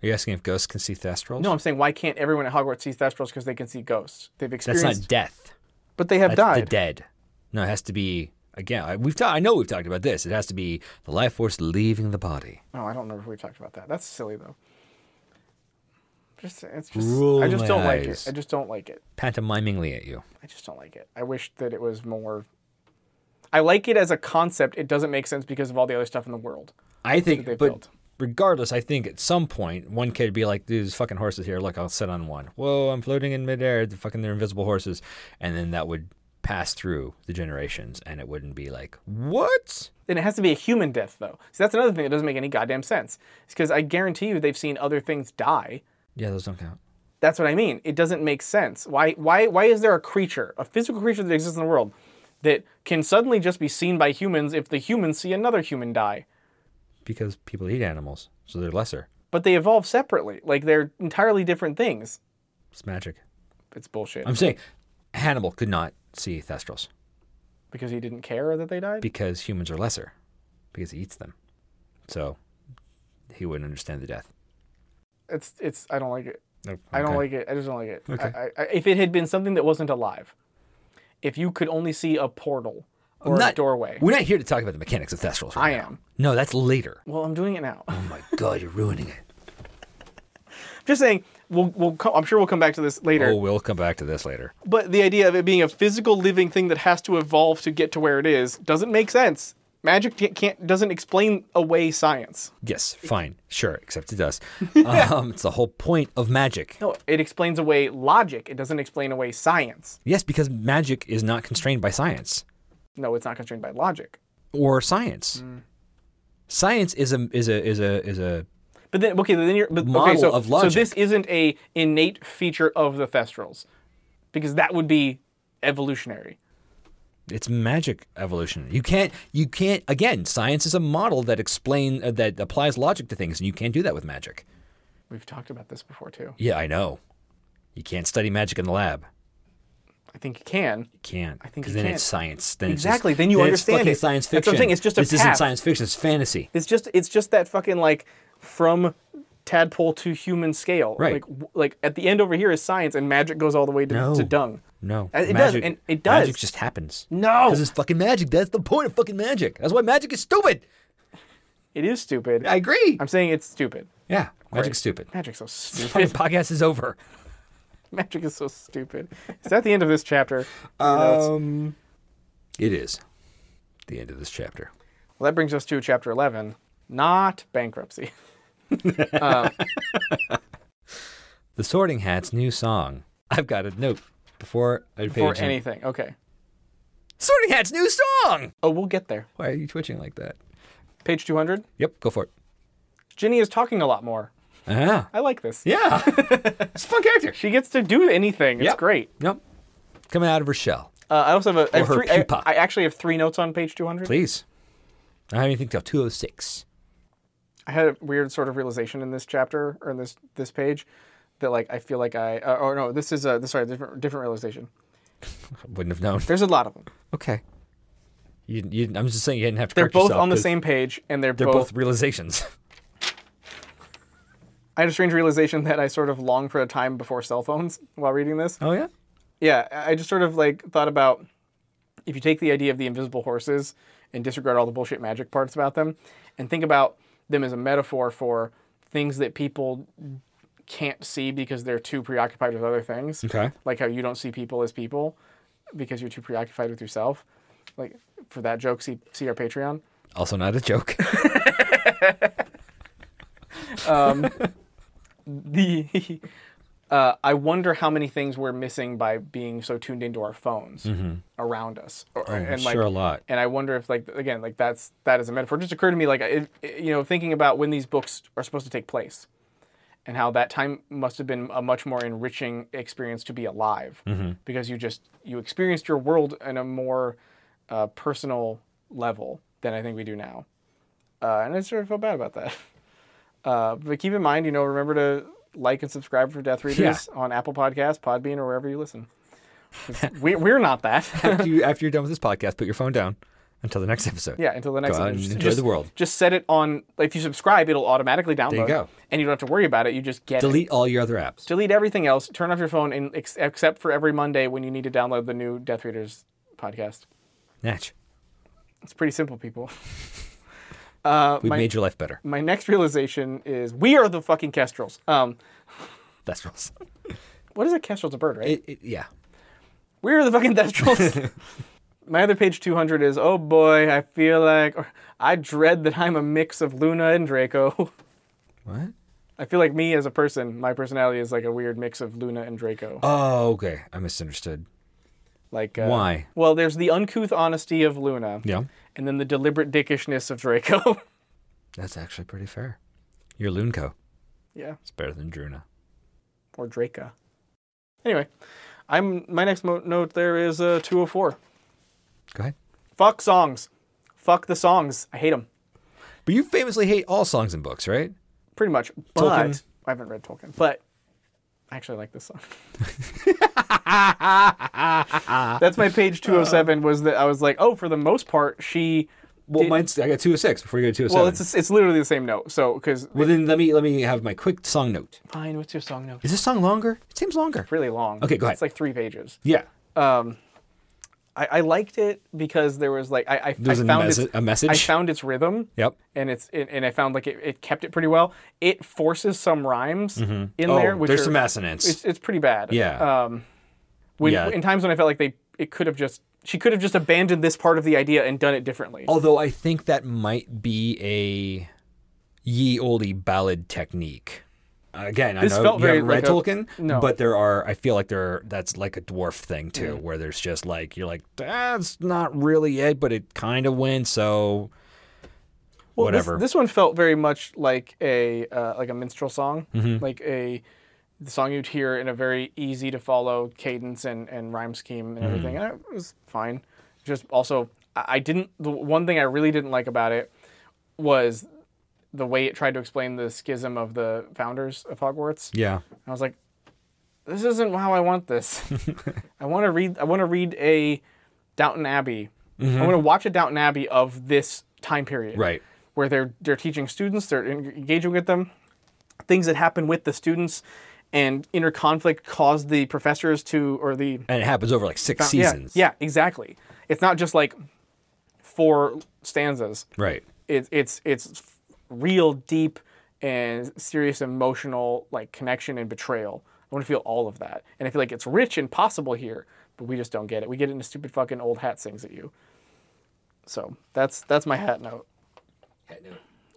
you asking if ghosts can see thestrals?
No, I'm saying why can't everyone at Hogwarts see thestrals because they can see ghosts? They've
that's
experienced,
not death.
but they have
That's
died.
the dead. No, it has to be again. I, we've ta- I know we've talked about this. It has to be the life force leaving the body.
Oh, I don't remember if we talked about that. That's silly though. Just it's just
Roll
I just
my
don't like
eyes.
it. I just don't like it.
Pantomimingly at you.
I just don't like it. I wish that it was more I like it as a concept. It doesn't make sense because of all the other stuff in the world.
I think,
they
but
built.
regardless, I think at some point one kid would be like, "These fucking horses here. Look, I'll sit on one. Whoa, I'm floating in midair. The fucking they're invisible horses." And then that would pass through the generations, and it wouldn't be like, "What?"
Then it has to be a human death though. So that's another thing that doesn't make any goddamn sense. It's because I guarantee you they've seen other things die.
Yeah, those don't count.
That's what I mean. It doesn't make sense. Why why why is there a creature, a physical creature that exists in the world that can suddenly just be seen by humans if the humans see another human die?
Because people eat animals, so they're lesser.
But they evolve separately. Like they're entirely different things.
It's magic.
It's bullshit.
I'm saying Hannibal could not see thestrals
because he didn't care that they died?
because humans are lesser, because he eats them. So he wouldn't understand the death.
It's it's I don't like it.
Nope.
I don't
Okay.
like it. I just don't like it.
Okay.
I, I, if it had been something that wasn't alive, if you could only see a portal or
I'm
a doorway,
We're not here to talk about the mechanics of thestrals.
I
Right now.
am.
No, that's later.
Well, I'm doing it now.
Oh my god, you're ruining it.
just saying. We'll, we'll co- I'm sure we'll come back to this later.
Oh, we'll come back to this later.
But the idea of it being a physical living thing that has to evolve to get to where it is doesn't make sense. Magic can't- can't doesn't explain away science.
Yes, fine, sure, except it does. um, it's the whole point of magic.
No, it explains away logic. It doesn't explain away science.
Yes, because magic is not constrained by science
No, it's not constrained by logic.
or science.
Mm.
Science is a is a is a is a
But then, okay, then you're but, okay,
Model
so,
of
So this isn't a innate feature of the Thestrals, because that would be evolutionary.
it's magic evolution. You can't you can't again. Science is a model that explain uh, that applies logic to things, and you can't do that with magic.
We've talked about this before too.
Yeah, I know. You can't study magic in the lab.
I think you can.
You can't. I
think you
then
can't.
it's science. Then
Exactly,
It's just,
then you understand
it's fucking
it.
Science
That's what I'm
fiction.
saying, it's just a
this isn't
path.
science fiction. It's fantasy.
It's just it's just that fucking like from tadpole to human scale.
Right.
Like w- like at the end over here is science, and magic goes all the way to,
No.
to dung.
No,
Uh, it does,
magic,
and it
Magic
does.
just happens.
No,
Because it's fucking magic. That's the point of fucking magic. That's why magic is stupid.
it is stupid.
I agree.
I'm saying it's stupid.
yeah, magic's stupid.
Magic's so stupid.
Fucking podcast is over.
Magic is so stupid. Is that the end of this chapter?
Uh,
Weirdos.
Um, It is the end of this chapter.
Well, that brings us to chapter 11 not bankruptcy.
The Sorting Hat's new song. I've got a note before I page
Or
in.
anything. Okay.
Sorting Hat's new song.
Oh, we'll get there.
Why are you twitching like that?
Page 200.
Yep, go for it.
Ginny is talking a lot more.
Ah,
I like this.
yeah. it's a fun character.
She gets to do anything. It's
Yep.
great.
Yep. Coming out of her shell.
Uh, I also have a. I have
her
three, I-
pupa.
I, actually have three notes on page 200.
Please. I don't even think till 206.
I had a weird sort of realization in this chapter or in this this page that like I feel like I. Uh, or no, this is a. Sorry, different, different realization.
I wouldn't have known.
There's a lot of them.
Okay. You, you, I'm just saying you didn't have to
They're
correct
both
yourself
on the
'cause
same page and they're,
They're
both
both realizations.
I had a strange realization that I sort of longed for a time before cell phones while reading this.
Oh yeah.
Yeah, I I just sort of like thought about if you take the idea of the invisible horses and disregard all the bullshit magic parts about them and think about them as a metaphor for things that people can't see because they're too preoccupied with other things.
Okay.
Like how you don't see people as people because you're too preoccupied with yourself. Like for that joke, see see our Patreon.
Also not a joke.
the uh, I wonder how many things we're missing by being so tuned into our phones around us, Or- and like,
sure a lot.
and I wonder if like again like that's that is a metaphor. It just occurred to me like it, it- you know thinking about when these books are supposed to take place, and how that time must have been a much more enriching experience to be alive because you just you experienced your world in a more uh, personal level than I think we do now, uh, and I sort of feel bad about that. Uh, but keep in mind, you know, remember to like and subscribe for Death Readers on Apple Podcasts, Podbean, or wherever you listen. 'Cause we, we're not that.
after, you, after you're done with this podcast, put your phone down until the next episode.
Yeah, until the next
Go out
episode.
and
Just-
enjoy
just-
the world.
Just set it on. Like, if you subscribe, it'll automatically download.
go.
And you don't have to worry about it. You just get it.
Delete all your other apps.
Delete everything else. Turn off your phone, and ex- except for every Monday when you need to download the new Death Readers podcast.
Natch.
It's pretty simple, people.
We've made your life better.
Uh, My next realization is we are the fucking kestrels. Um,
That's rules.
what is a kestrel's a bird, right?
It, it, yeah.
we are the fucking Thestrals. My other page 200 is, oh boy, I feel like, or, I dread that I'm a mix of Luna and Draco.
What?
I feel like me as a person, my personality is like a weird mix of Luna and Draco.
Oh, okay. I misunderstood.
Like uh,
Why?
Well, there's the uncouth honesty of Luna,
Yeah.
and then the deliberate dickishness of Draco.
That's actually pretty fair. You're Lunco.
yeah,
It's better than Druna.
or Draca. Anyway, I'm my next mo- note there is uh, 204.
Go ahead.
Fuck songs. Fuck the songs. I hate them.
But you famously hate all songs and books, right?
pretty much. But
Tolkien.
I haven't read Tolkien, but I actually like this song. That's my page 207 was that I was like, "Oh, for the most part, she
Well,
Did-
mine's I got two of six before you go to two of
well,
seven.
it's it's literally the same note." So cuz
well, then let me let me have my quick song note.
fine, what's your song note?
Is this song longer? It seems longer.
Really long.
Okay, go ahead.
It's like 3 pages.
Yeah.
I, I liked it because there was like I I,
There's
I
a,
found
mes-
its,
a message.
I found its rhythm.
Yep.
And it's and and I found like it, it kept it pretty well. It forces some rhymes in
Oh,
there, which
there's
are,
some assonance.
it's, it's pretty bad.
Yeah.
Um, when,
Yeah.
In times when I felt like they it could have just She could have just abandoned this part of the idea and done it differently.
Although I think that might be a ye olde ballad technique. Again,
This
I know
felt
you
very
haven't read
like a-
Tolkien,
no.
but there are. I feel like there. Are, that's like a dwarf thing
Mm.
too, where there's just like you're like that's not really it, but it kind of went. So
Well, this-
whatever.
This, one felt very much like a uh, like a minstrel song, like a the song you'd hear in a very easy to follow cadence and, and rhyme scheme and everything. And it was fine. Just also, I, I didn't. The one thing I really didn't like about it was the way it tried to explain the schism of the founders of Hogwarts.
yeah,
I was like, this isn't how I want this. I want to read. I want to read a Downton Abbey. I want to watch a Downton Abbey of this time period,
Right.
Where they're they're teaching students, they're en- engaging with them, things that happen with the students, and inner conflict caused the professors to or the
and it happens over like six
yeah,
seasons.
yeah, exactly. It's not just like four stanzas
right.
it, it's it's real deep and serious emotional like connection and betrayal. I want to feel all of that, and I feel like it's rich and possible here, but we just don't get it. We get it in a stupid fucking old hat sings at you. So that's that's my hat note.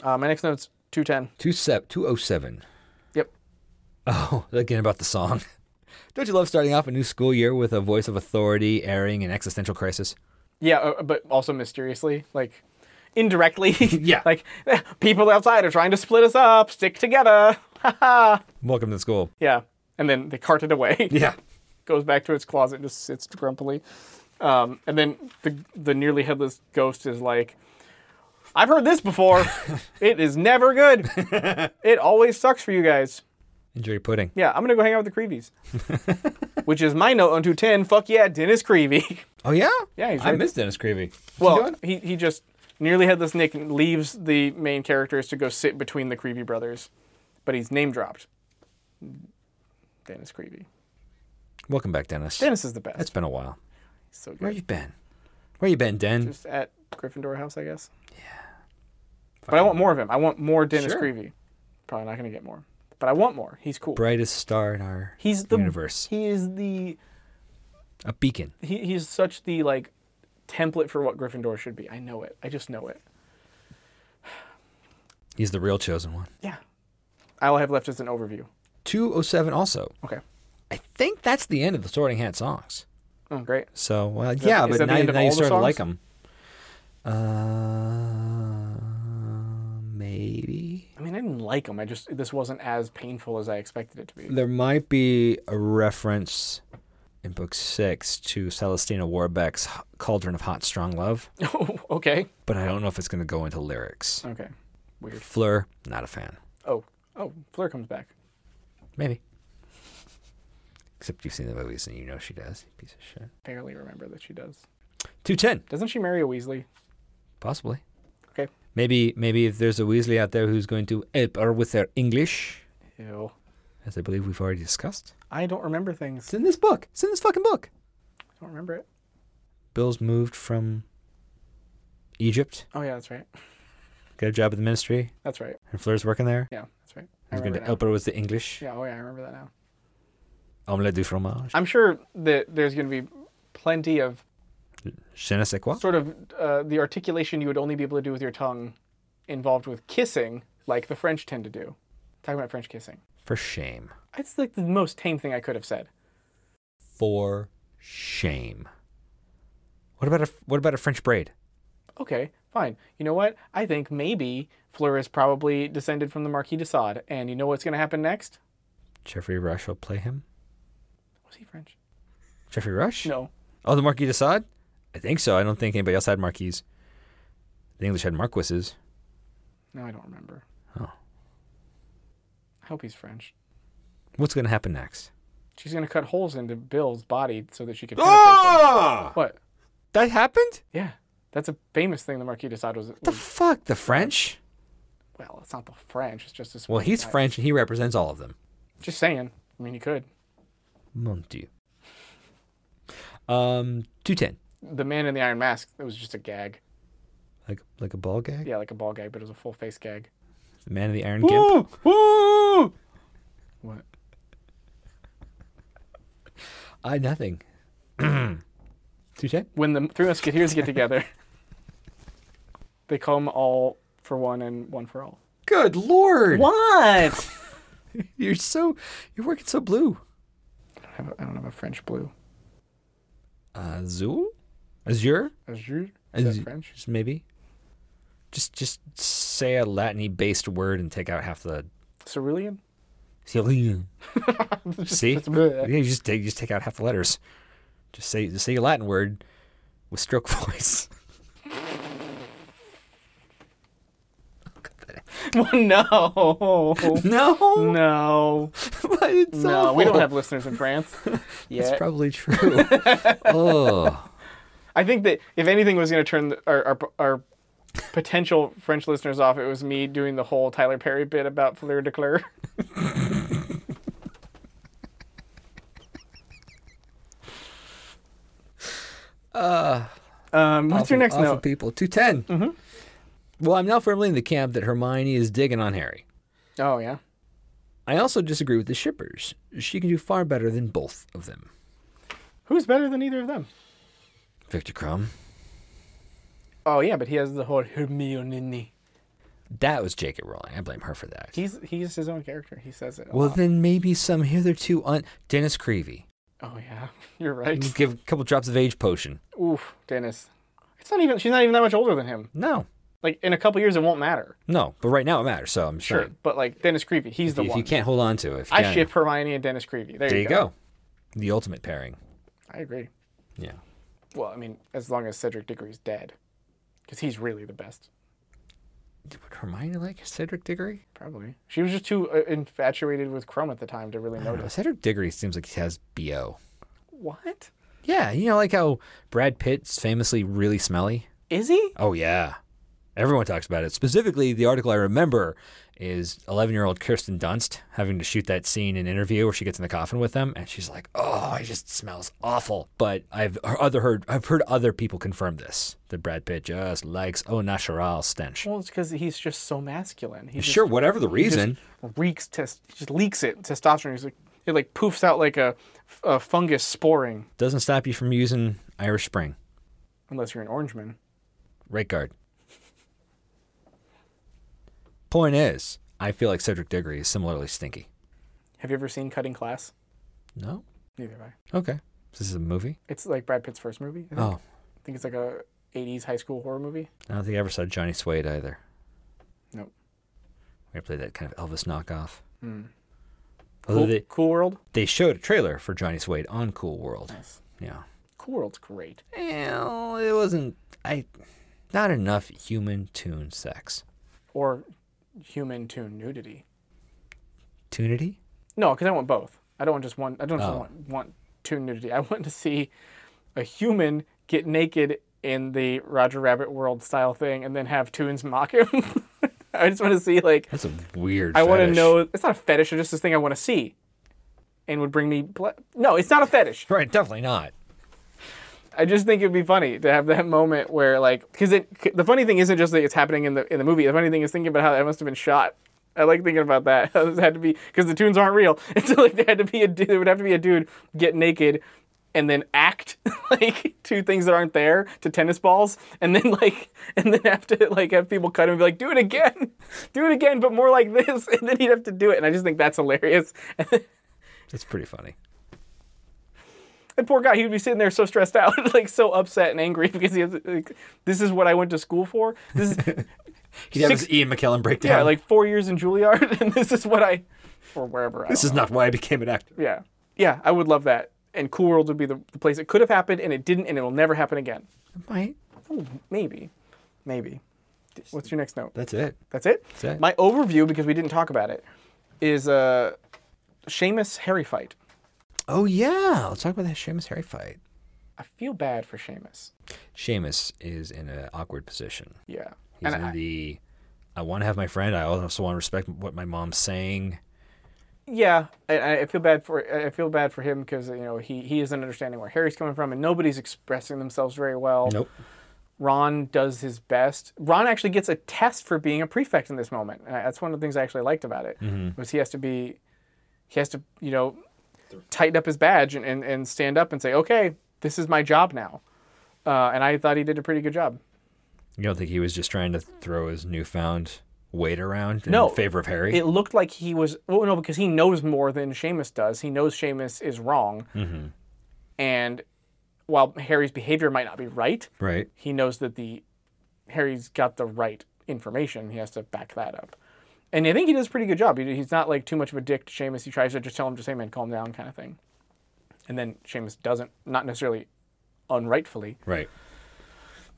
Uh, my next note's two ten.
Two sep two oh seven.
Yep.
Oh, again about the song. Don't you love starting off a new school year with a voice of authority airing an existential crisis?
Yeah, uh, but also mysteriously, like indirectly.
Yeah.
Like people outside are trying to split us up. Stick together.
Welcome to the school.
Yeah. And then they cart it away.
Yeah.
goes back to its closet and just sits grumpily. Um, and then the the nearly headless ghost is like, "I've heard this before. it is never good. It always sucks for you guys."
Enjoy your pudding.
Yeah, I'm gonna go hang out with the Creevies, which is my note on two ten. Fuck yeah, Dennis Creevy.
Oh yeah?
Yeah, he's
I
right-
miss Dennis Creevy. What's he
well,
doing?
he he just nearly headless Nick leaves the main characters to go sit between the Creevy brothers, but he's name dropped. Dennis Creevy.
Welcome back, Dennis.
Dennis is the best.
It's been a while.
He's so
Where
good.
you been? Where you been, Den?
just at Gryffindor House, I guess. Yeah. But I want more of him. I want more Dennis
Sure.
Creevy. Probably not going to get more, but I want more. He's cool.
Brightest star in our
He's the
universe.
He is the
A beacon.
he, he's such the like template for what Gryffindor should be. I know it. I just know it.
He's the real chosen one.
Yeah. All I have left is an overview.
Two oh seven also.
Okay.
I think that's the end of the Sorting Hat songs.
Oh, great.
So well,
that-
yeah,
is
but
that the
now,
end of
now you
all the
start to like them. Uh, maybe
I mean, I didn't like him. I just this wasn't as painful as I expected it to be.
there might be a reference in book six to Celestina Warbeck's H- Cauldron of Hot Strong Love,
okay.
but I don't know if it's going to go into lyrics.
Okay. Weird.
Fleur, not a fan.
Oh. Oh, Fleur comes back.
Maybe. Except you've seen the movies and you know she does. Piece of shit.
Barely remember that she does.
Two ten,
Doesn't she marry a Weasley?
possibly.
Okay.
Maybe maybe if there's a Weasley out there who's going to help her with their English,
Ew.
as I believe we've already discussed.
I don't remember things.
It's in this book. It's in this fucking book.
I don't remember it.
Bill's moved from Egypt,
Oh yeah, that's right.
got a job at the ministry,
That's right.
and Fleur's working there.
Yeah, that's right. I
He's going
remember
to
now.
help her with the English.
Yeah, oh yeah, I remember that now.
Omelette du fromage.
I'm sure that there's going to be plenty of
Je ne sais quoi.
sort of uh, the articulation you would only be able to do with your tongue involved with kissing, like the French tend to do. Talking about French kissing,
For shame.
it's like the most tame thing I could have said.
For shame. What about a what about a French braid?
Okay, fine. You know what? I think maybe Fleur is probably descended from the Marquis de Sade, and you know what's going to happen next?
Jeffrey Rush will play him.
Was he French?
Jeffrey Rush?
No.
Oh, the Marquis de Sade? I think so. I don't think anybody else had Marquis. The English had Marquises.
No, I don't remember.
Oh.
I hope he's French.
What's going to happen next?
She's gonna cut holes into Bill's body so that she
Ah!
can. penetrate them.
Oh!
What?
That happened?
Yeah, that's a famous thing the Marquis de Sade was.
The
was
fuck? The French?
well, it's not the French. It's just this.
Well, he's
I-
French and he represents all of them.
Just saying. I mean, he could.
Mon Dieu. Um, 210.
The man in the iron mask. It was just a gag.
Like like a ball gag?
Yeah, like a ball gag, but it was a full face gag.
The man of the iron gimp?
Woo! Woo! What?
I nothing. Touche.
when the three musketeers get together, they call them all for one and one for all.
Good lord.
What?
You're so you're working so blue.
I don't have a, I don't have a French blue.
Uh, Azul? Azure?
Azure? Is
Azure.
that French?
Just maybe. Just just say a Latiny based word and take out half the
Cerulean?
See? See? Yeah,
bleh.
you just take just take out half the letters. Just say just say your Latin word with stroke voice.
Well, no.
No,
No.
But it's
No, we don't
awful.
have listeners in France.
It's
Yeah.
probably true. oh,
I think that if anything was going to turn the, our, our our potential French listeners off, it was me doing the whole Tyler Perry bit about Fleur de Cleur. um, what's your next
awful
note? Mm-hmm.
people. Two Well, I'm now firmly in the camp that Hermione is digging on Harry.
Oh yeah,
I also disagree with the shippers. She can do far better than both of them.
who's better than either of them?
Victor Crumb.
Oh yeah, but he has the whole Hermione.
That was J.K. Rowling. I blame her for that.
He's he's his own character. He says it. a
well,
lot.
then maybe some hitherto un. Dennis Creevy.
oh yeah, you're right.
Give a couple drops of age potion.
Oof, Dennis. It's not even. She's not even that much older than him.
No,
Like in a couple years, it won't matter.
no. But right now it matters. So I'm
Sure,
saying,
but like Dennis Creepy, he's the
if
one.
you can't hold on to it, if you
I
can-
ship Hermione and Dennis Creevy. There,
There you go. The ultimate pairing.
I agree.
Yeah.
Well, I mean, as long as Cedric Diggory's dead, because he's really the best.
Would Hermione like Cedric Diggory?
Probably. She was just too uh, infatuated with Crumb at the time to really notice.
Uh, Cedric Diggory seems like he has BO.
What
Yeah, you know, like how Brad Pitt's famously really smelly.
is he?
Oh yeah, everyone talks about it. Specifically, the article I remember is 11-year-old Kirsten Dunst having to shoot that scene in interview where she gets in the coffin with them, and she's like, "Oh, it just smells awful." But I've other heard I've heard other people confirm this that Brad Pitt just likes au natural stench.
Well, it's because he's just so masculine. He
sure, whatever the
just,
reason.
just reeks test. He just leaks it testosterone. He's like, it like poofs out like a, a fungus sporing.
Doesn't stop you from using Irish Spring.
Unless you're an Orangeman.
Right guard. Point is, I feel like Cedric Diggory is similarly stinky.
Have you ever seen Cutting Class?
No?
Neither have I.
Okay. This is a movie?
It's like Brad Pitt's first movie. I think,
Oh,
I think it's like a 80s high school horror movie.
I don't think I ever saw Johnny Suede either.
Nope. Hmm.
We played that kind of Elvis knockoff. Although
Cool,
they,
cool World.
they showed a trailer for Johnny Suede on Cool World.
Nice.
Yeah.
Cool World's great.
Well, it wasn't. I. Not enough human tune sex.
Or human to nudity.
Tunity?
No, because I want both. I don't want just one. I don't just
Oh.
want want to nudity. I want to see a human get naked in the Roger Rabbit world style thing, and then have tunes mock him. I just want to see like
That's a weird.
I want to
fetish.
know. It's not a fetish. It's just this thing I want to see, and would bring me. Ple- no, it's not a fetish.
Right, definitely not.
I just think it'd be funny to have that moment where like because it c- the funny thing isn't just that it's happening in the in the movie. The funny thing is thinking about how that must have been shot. I like thinking about that. How this had to be because the tunes aren't real, and so like there had to be a dude, there would have to be a dude get naked and then act like two things that aren't there to tennis balls, and then like and then have to like have people cut him and be like, do it again, do it again, but more like this, and then he'd have to do it. And I just think that's hilarious.
That's pretty funny.
And poor guy, he would be sitting there so stressed out, like so upset and angry because he has like, this is what I went to school for. This is
He'd have
Six-
his Ian McKellen breakdown.
yeah, like four years in Juilliard, and this is what I or wherever. I
this
don't
is not why I became an actor.
know. yeah, yeah. I would love that. And Cool World would be the, the place it could have happened, and it didn't, and it'll never happen again.
Might.
Oh, maybe, maybe. D- What's your next note?
That's it.
That's it.
it.
My overview, because we didn't talk about it, is uh, Seamus Harry fight.
Oh yeah, let's talk about that Seamus Harry fight.
I feel bad for Seamus.
Seamus is in an awkward position.
Yeah,
He's
and
in
I,
the. I want to have my friend. I also want to respect what my mom's saying.
Yeah, I, I feel bad for I I feel bad for him because you know he, he isn't understanding where Harry's coming from, and nobody's expressing themselves very well.
Nope.
Ron does his best. Ron actually gets a test for being a prefect in this moment. And I- that's one of the things I actually liked about it was he has to be, he has to you know, tighten up his badge and, and, and stand up and say, okay, this is my job now. uh, and I thought he did a pretty good job.
You don't think he was just trying to throw his newfound weight around in
No.
favor of Harry?
It looked like he was well, no, because he knows more than Seamus does. He knows Seamus is wrong, and while Harry's behavior might not be right,
right.
he knows that the Harry's got the right information. He has to back that up, and I think he does a pretty good job. He, he's not like too much of a dick to Seamus. He tries to just tell him, just hey man, calm down, kind of thing, and then Seamus doesn't, not necessarily unrightfully,
Right.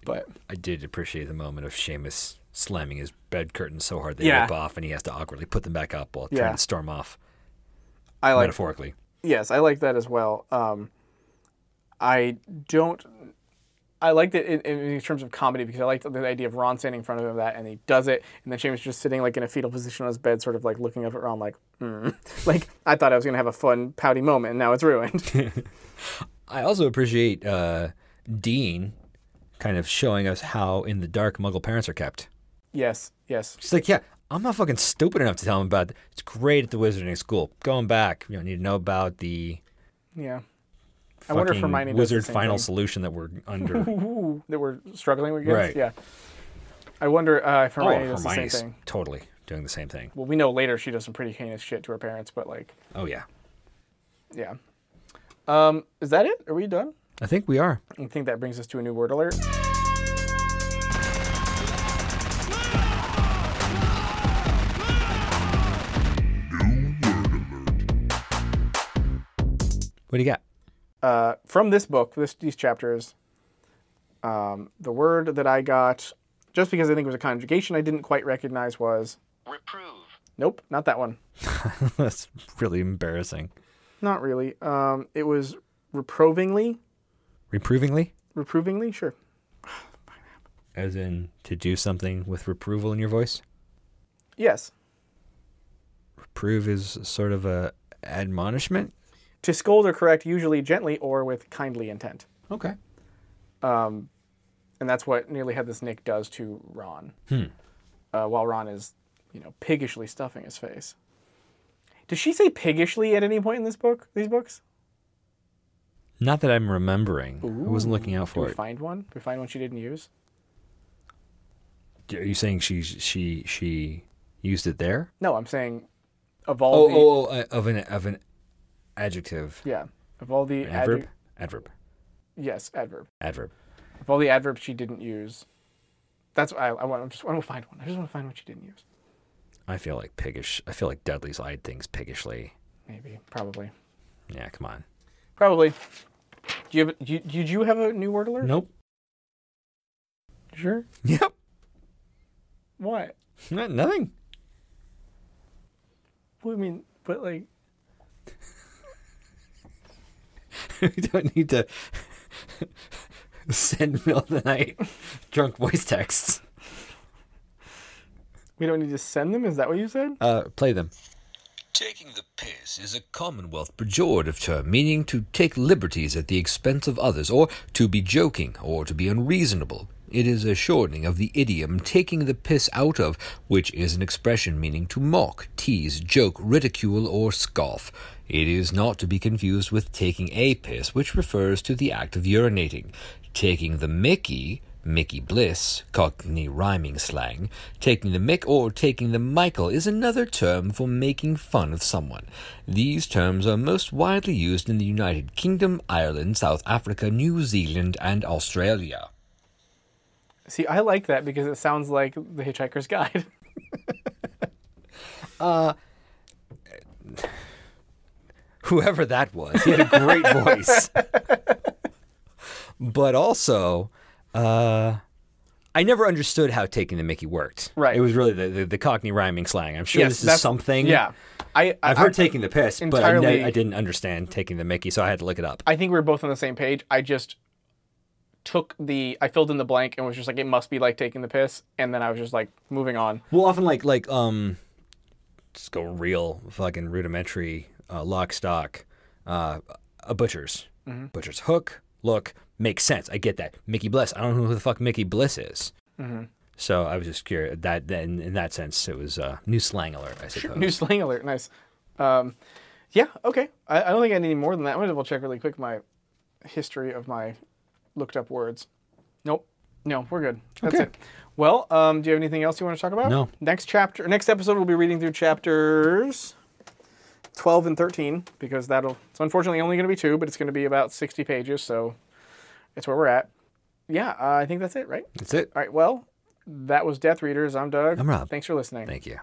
but
I did appreciate the moment of Seamus slamming his bed curtains so hard they
Yeah.
rip off and he has to awkwardly put them back up while
Yeah.
trying to storm off
I like
metaphorically.
Yes, I like that as well. Um, I don't. I liked it in, in, in terms of comedy because I liked the idea of Ron standing in front of him that, and he does it, and then Seamus just sitting like in a fetal position on his bed, sort of like looking up at Ron, like, hmm. like I thought I was gonna have a fun pouty moment, and now it's ruined.
I also appreciate uh, Dean kind of showing us how in the dark Muggle parents are kept.
yes, yes,
She's like, yeah, I'm not fucking stupid enough to tell him about it. It's great at the wizarding school. Going back, you know, need to know about the
yeah. I
fucking
wonder if Hermione does the
wizard
same
final
thing.
solution that we're under.
Ooh, that we're struggling with,
Right. Oh,
Yeah. I wonder uh, if Hermione does the same
Hermione's
thing.
totally doing the same thing.
Well, we know later she does some pretty heinous shit to her parents, but like,
Oh yeah,
yeah. Um, is that it? Are we done?
I think we are.
I think that brings us to a new word alert.
What do you got?
Uh, from this book, this, these chapters, um, the word that I got, just because I think it was a conjugation I didn't quite recognize, was
Reprove.
nope, not that one.
That's really embarrassing.
Not really. Um, it was reprovingly,
Reprovingly,
reprovingly, sure.
as in to do something with reproval in your voice.
Yes.
Reprove is sort of a admonishment.
To scold or correct, usually gently or with kindly intent.
Okay.
Um, And that's what nearly had this Nick does to Ron.
Hmm.
Uh, while Ron is, you know, piggishly stuffing his face. Does she say piggishly at any point in this book? These books?
Not that I'm remembering. I wasn't looking out
Do
for
we
it.
find one? Do we find one she didn't use?
Are you saying she she she used it there?
No, I'm saying of all
Oh,
the
oh, oh, uh, of an of an adjective,
yeah, of all the
adverb,
adver-
adverb,
yes, adverb.
adverb.
Of all the adverbs she didn't use, that's I, I want. I just want to find one. I just want to find one she didn't use.
I feel like piggish. I feel like Dudley's eyed things piggishly.
Maybe, probably,
Yeah, come on.
probably. Do you have? Do you, did you have a new word alert?
Nope.
Sure.
Yep.
What?
Not, nothing.
Well, I mean, but like,
we don't need to send middle of the night drunk voice texts.
we don't need to send them. Is that what you said?
Uh, play them.
Taking the piss is a Commonwealth pejorative term meaning to take liberties at the expense of others, or to be joking, or to be unreasonable. It is a shortening of the idiom taking the piss out of, which is an expression meaning to mock, tease, joke, ridicule, or scoff. It is not to be confused with taking a piss, which refers to the act of urinating. Taking the mickey Mickey Bliss, Cockney rhyming slang, taking the mick or taking the Michael is another term for making fun of someone. These terms are most widely used in the United Kingdom, Ireland, South Africa, New Zealand, and Australia.
See, I like that because it sounds like the Hitchhiker's Guide.
Whoever that was, he had a great voice. But also, uh, I never understood how taking the Mickey worked.
Right.
It was really the, the, the Cockney rhyming slang. I'm sure this is
that's-
something.
Yeah, I.
I've
I-
heard taking the piss, but I,
entirely-
ne- I didn't understand taking the Mickey, so I had to look it up.
I think we were both on the same page. I just took the I filled in the blank and was just like it must be like taking the piss and then I was just like moving on.
Well, often like like um, just go real fucking rudimentary uh, lock stock, uh, a butcher's butcher's hook look makes sense. I get that. Mickey Bliss. I don't know who the fuck Mickey Bliss is. So I was just curious that then in that sense it was uh, new slang alert. I suppose.
New slang alert, nice. Um, yeah, okay. I, I don't think I need any more than that. I'm gonna double check really quick my history of my looked up words. Nope. No, we're good. That's
Okay.
it. Well, um, do you have anything else you want to talk about?
No.
Next chapter, next episode, we'll be reading through chapters twelve and thirteen because that'll. It's unfortunately only going to be two, but it's going to be about sixty pages, so it's where we're at. Yeah, uh, I think that's it, right?
That's it.
All right. Well, that was Death Readers. I'm Doug.
I'm Rob.
Thanks for listening.
Thank you.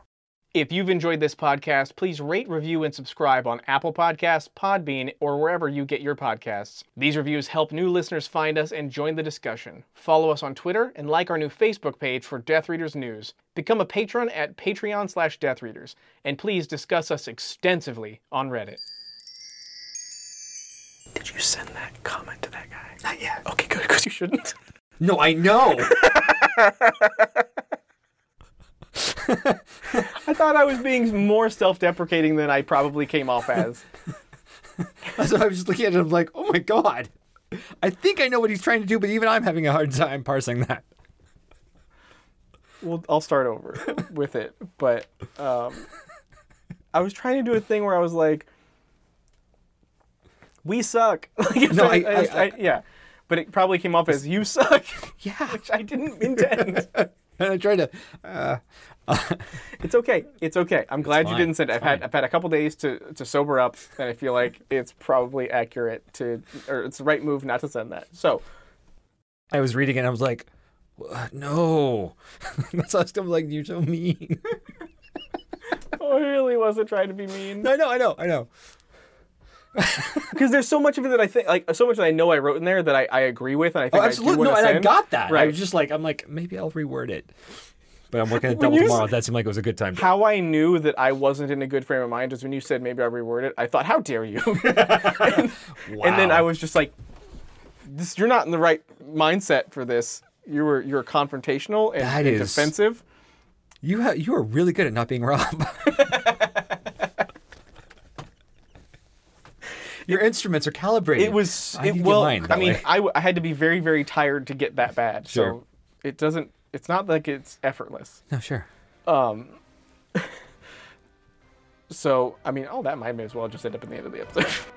If you've enjoyed this podcast, please rate, review, and subscribe on Apple Podcasts, Podbean, or wherever you get your podcasts. These reviews help new listeners find us and join the discussion. Follow us on Twitter and like our new Facebook page for Death Readers News. Become a patron at Patreon slash Death Readers, and please discuss us extensively on Reddit. Did you send that comment to that guy? Not yet. Okay, good, because you shouldn't.
No, I know.
I thought I was being more self-deprecating than I probably came off as.
so I was just looking at it. I'm like, oh my god. I think I know what he's trying to do, but even I'm having a hard time parsing that.
Well, I'll start over with it, but um, I was trying to do a thing where I was like, "We suck." Like,
No, I-
just-
I- I-
yeah, but it probably came off as "you suck,"
Yeah.
which I didn't intend.
And I tried to. Uh,
it's okay. It's okay. I'm glad you
fine.
didn't send. it. I've
It's
had
fine.
I've had a couple days to to sober up, and I feel like it's probably accurate to, or it's the right move not to send that. So
I was reading it. and I was like, "Wha- no. That's how I was still like, you're so mean.
I really wasn't trying to be mean.
I know. I know. I know.
because there's so much of it that I think, like, so much that I know I wrote in there that I, I agree with, and I
Oh,
think I do
absolutely. No,
wanna
and I
send.
got that. I
Right.
was just like, I'm like, maybe I'll reword it. But I'm working at
When
double
you
tomorrow. That seemed like it was a good time.
How I knew that I wasn't in a good frame of mind is when you said maybe I reword it. I thought, how dare you? And then I was just like, this, you're not in the right mindset for this. You were you're confrontational and,
That
and
is-
defensive.
You ha- you are really good at not being Rob. Your instruments are calibrated.
It was
I
it,
need to get
well.
mine
I
that
mean,
way.
I, w- I had to be very very tired to get that bad.
Sure.
So it doesn't. It's not like it's effortless.
no, sure.
oh, So I mean, all that might may as well just end up in the end of the episode.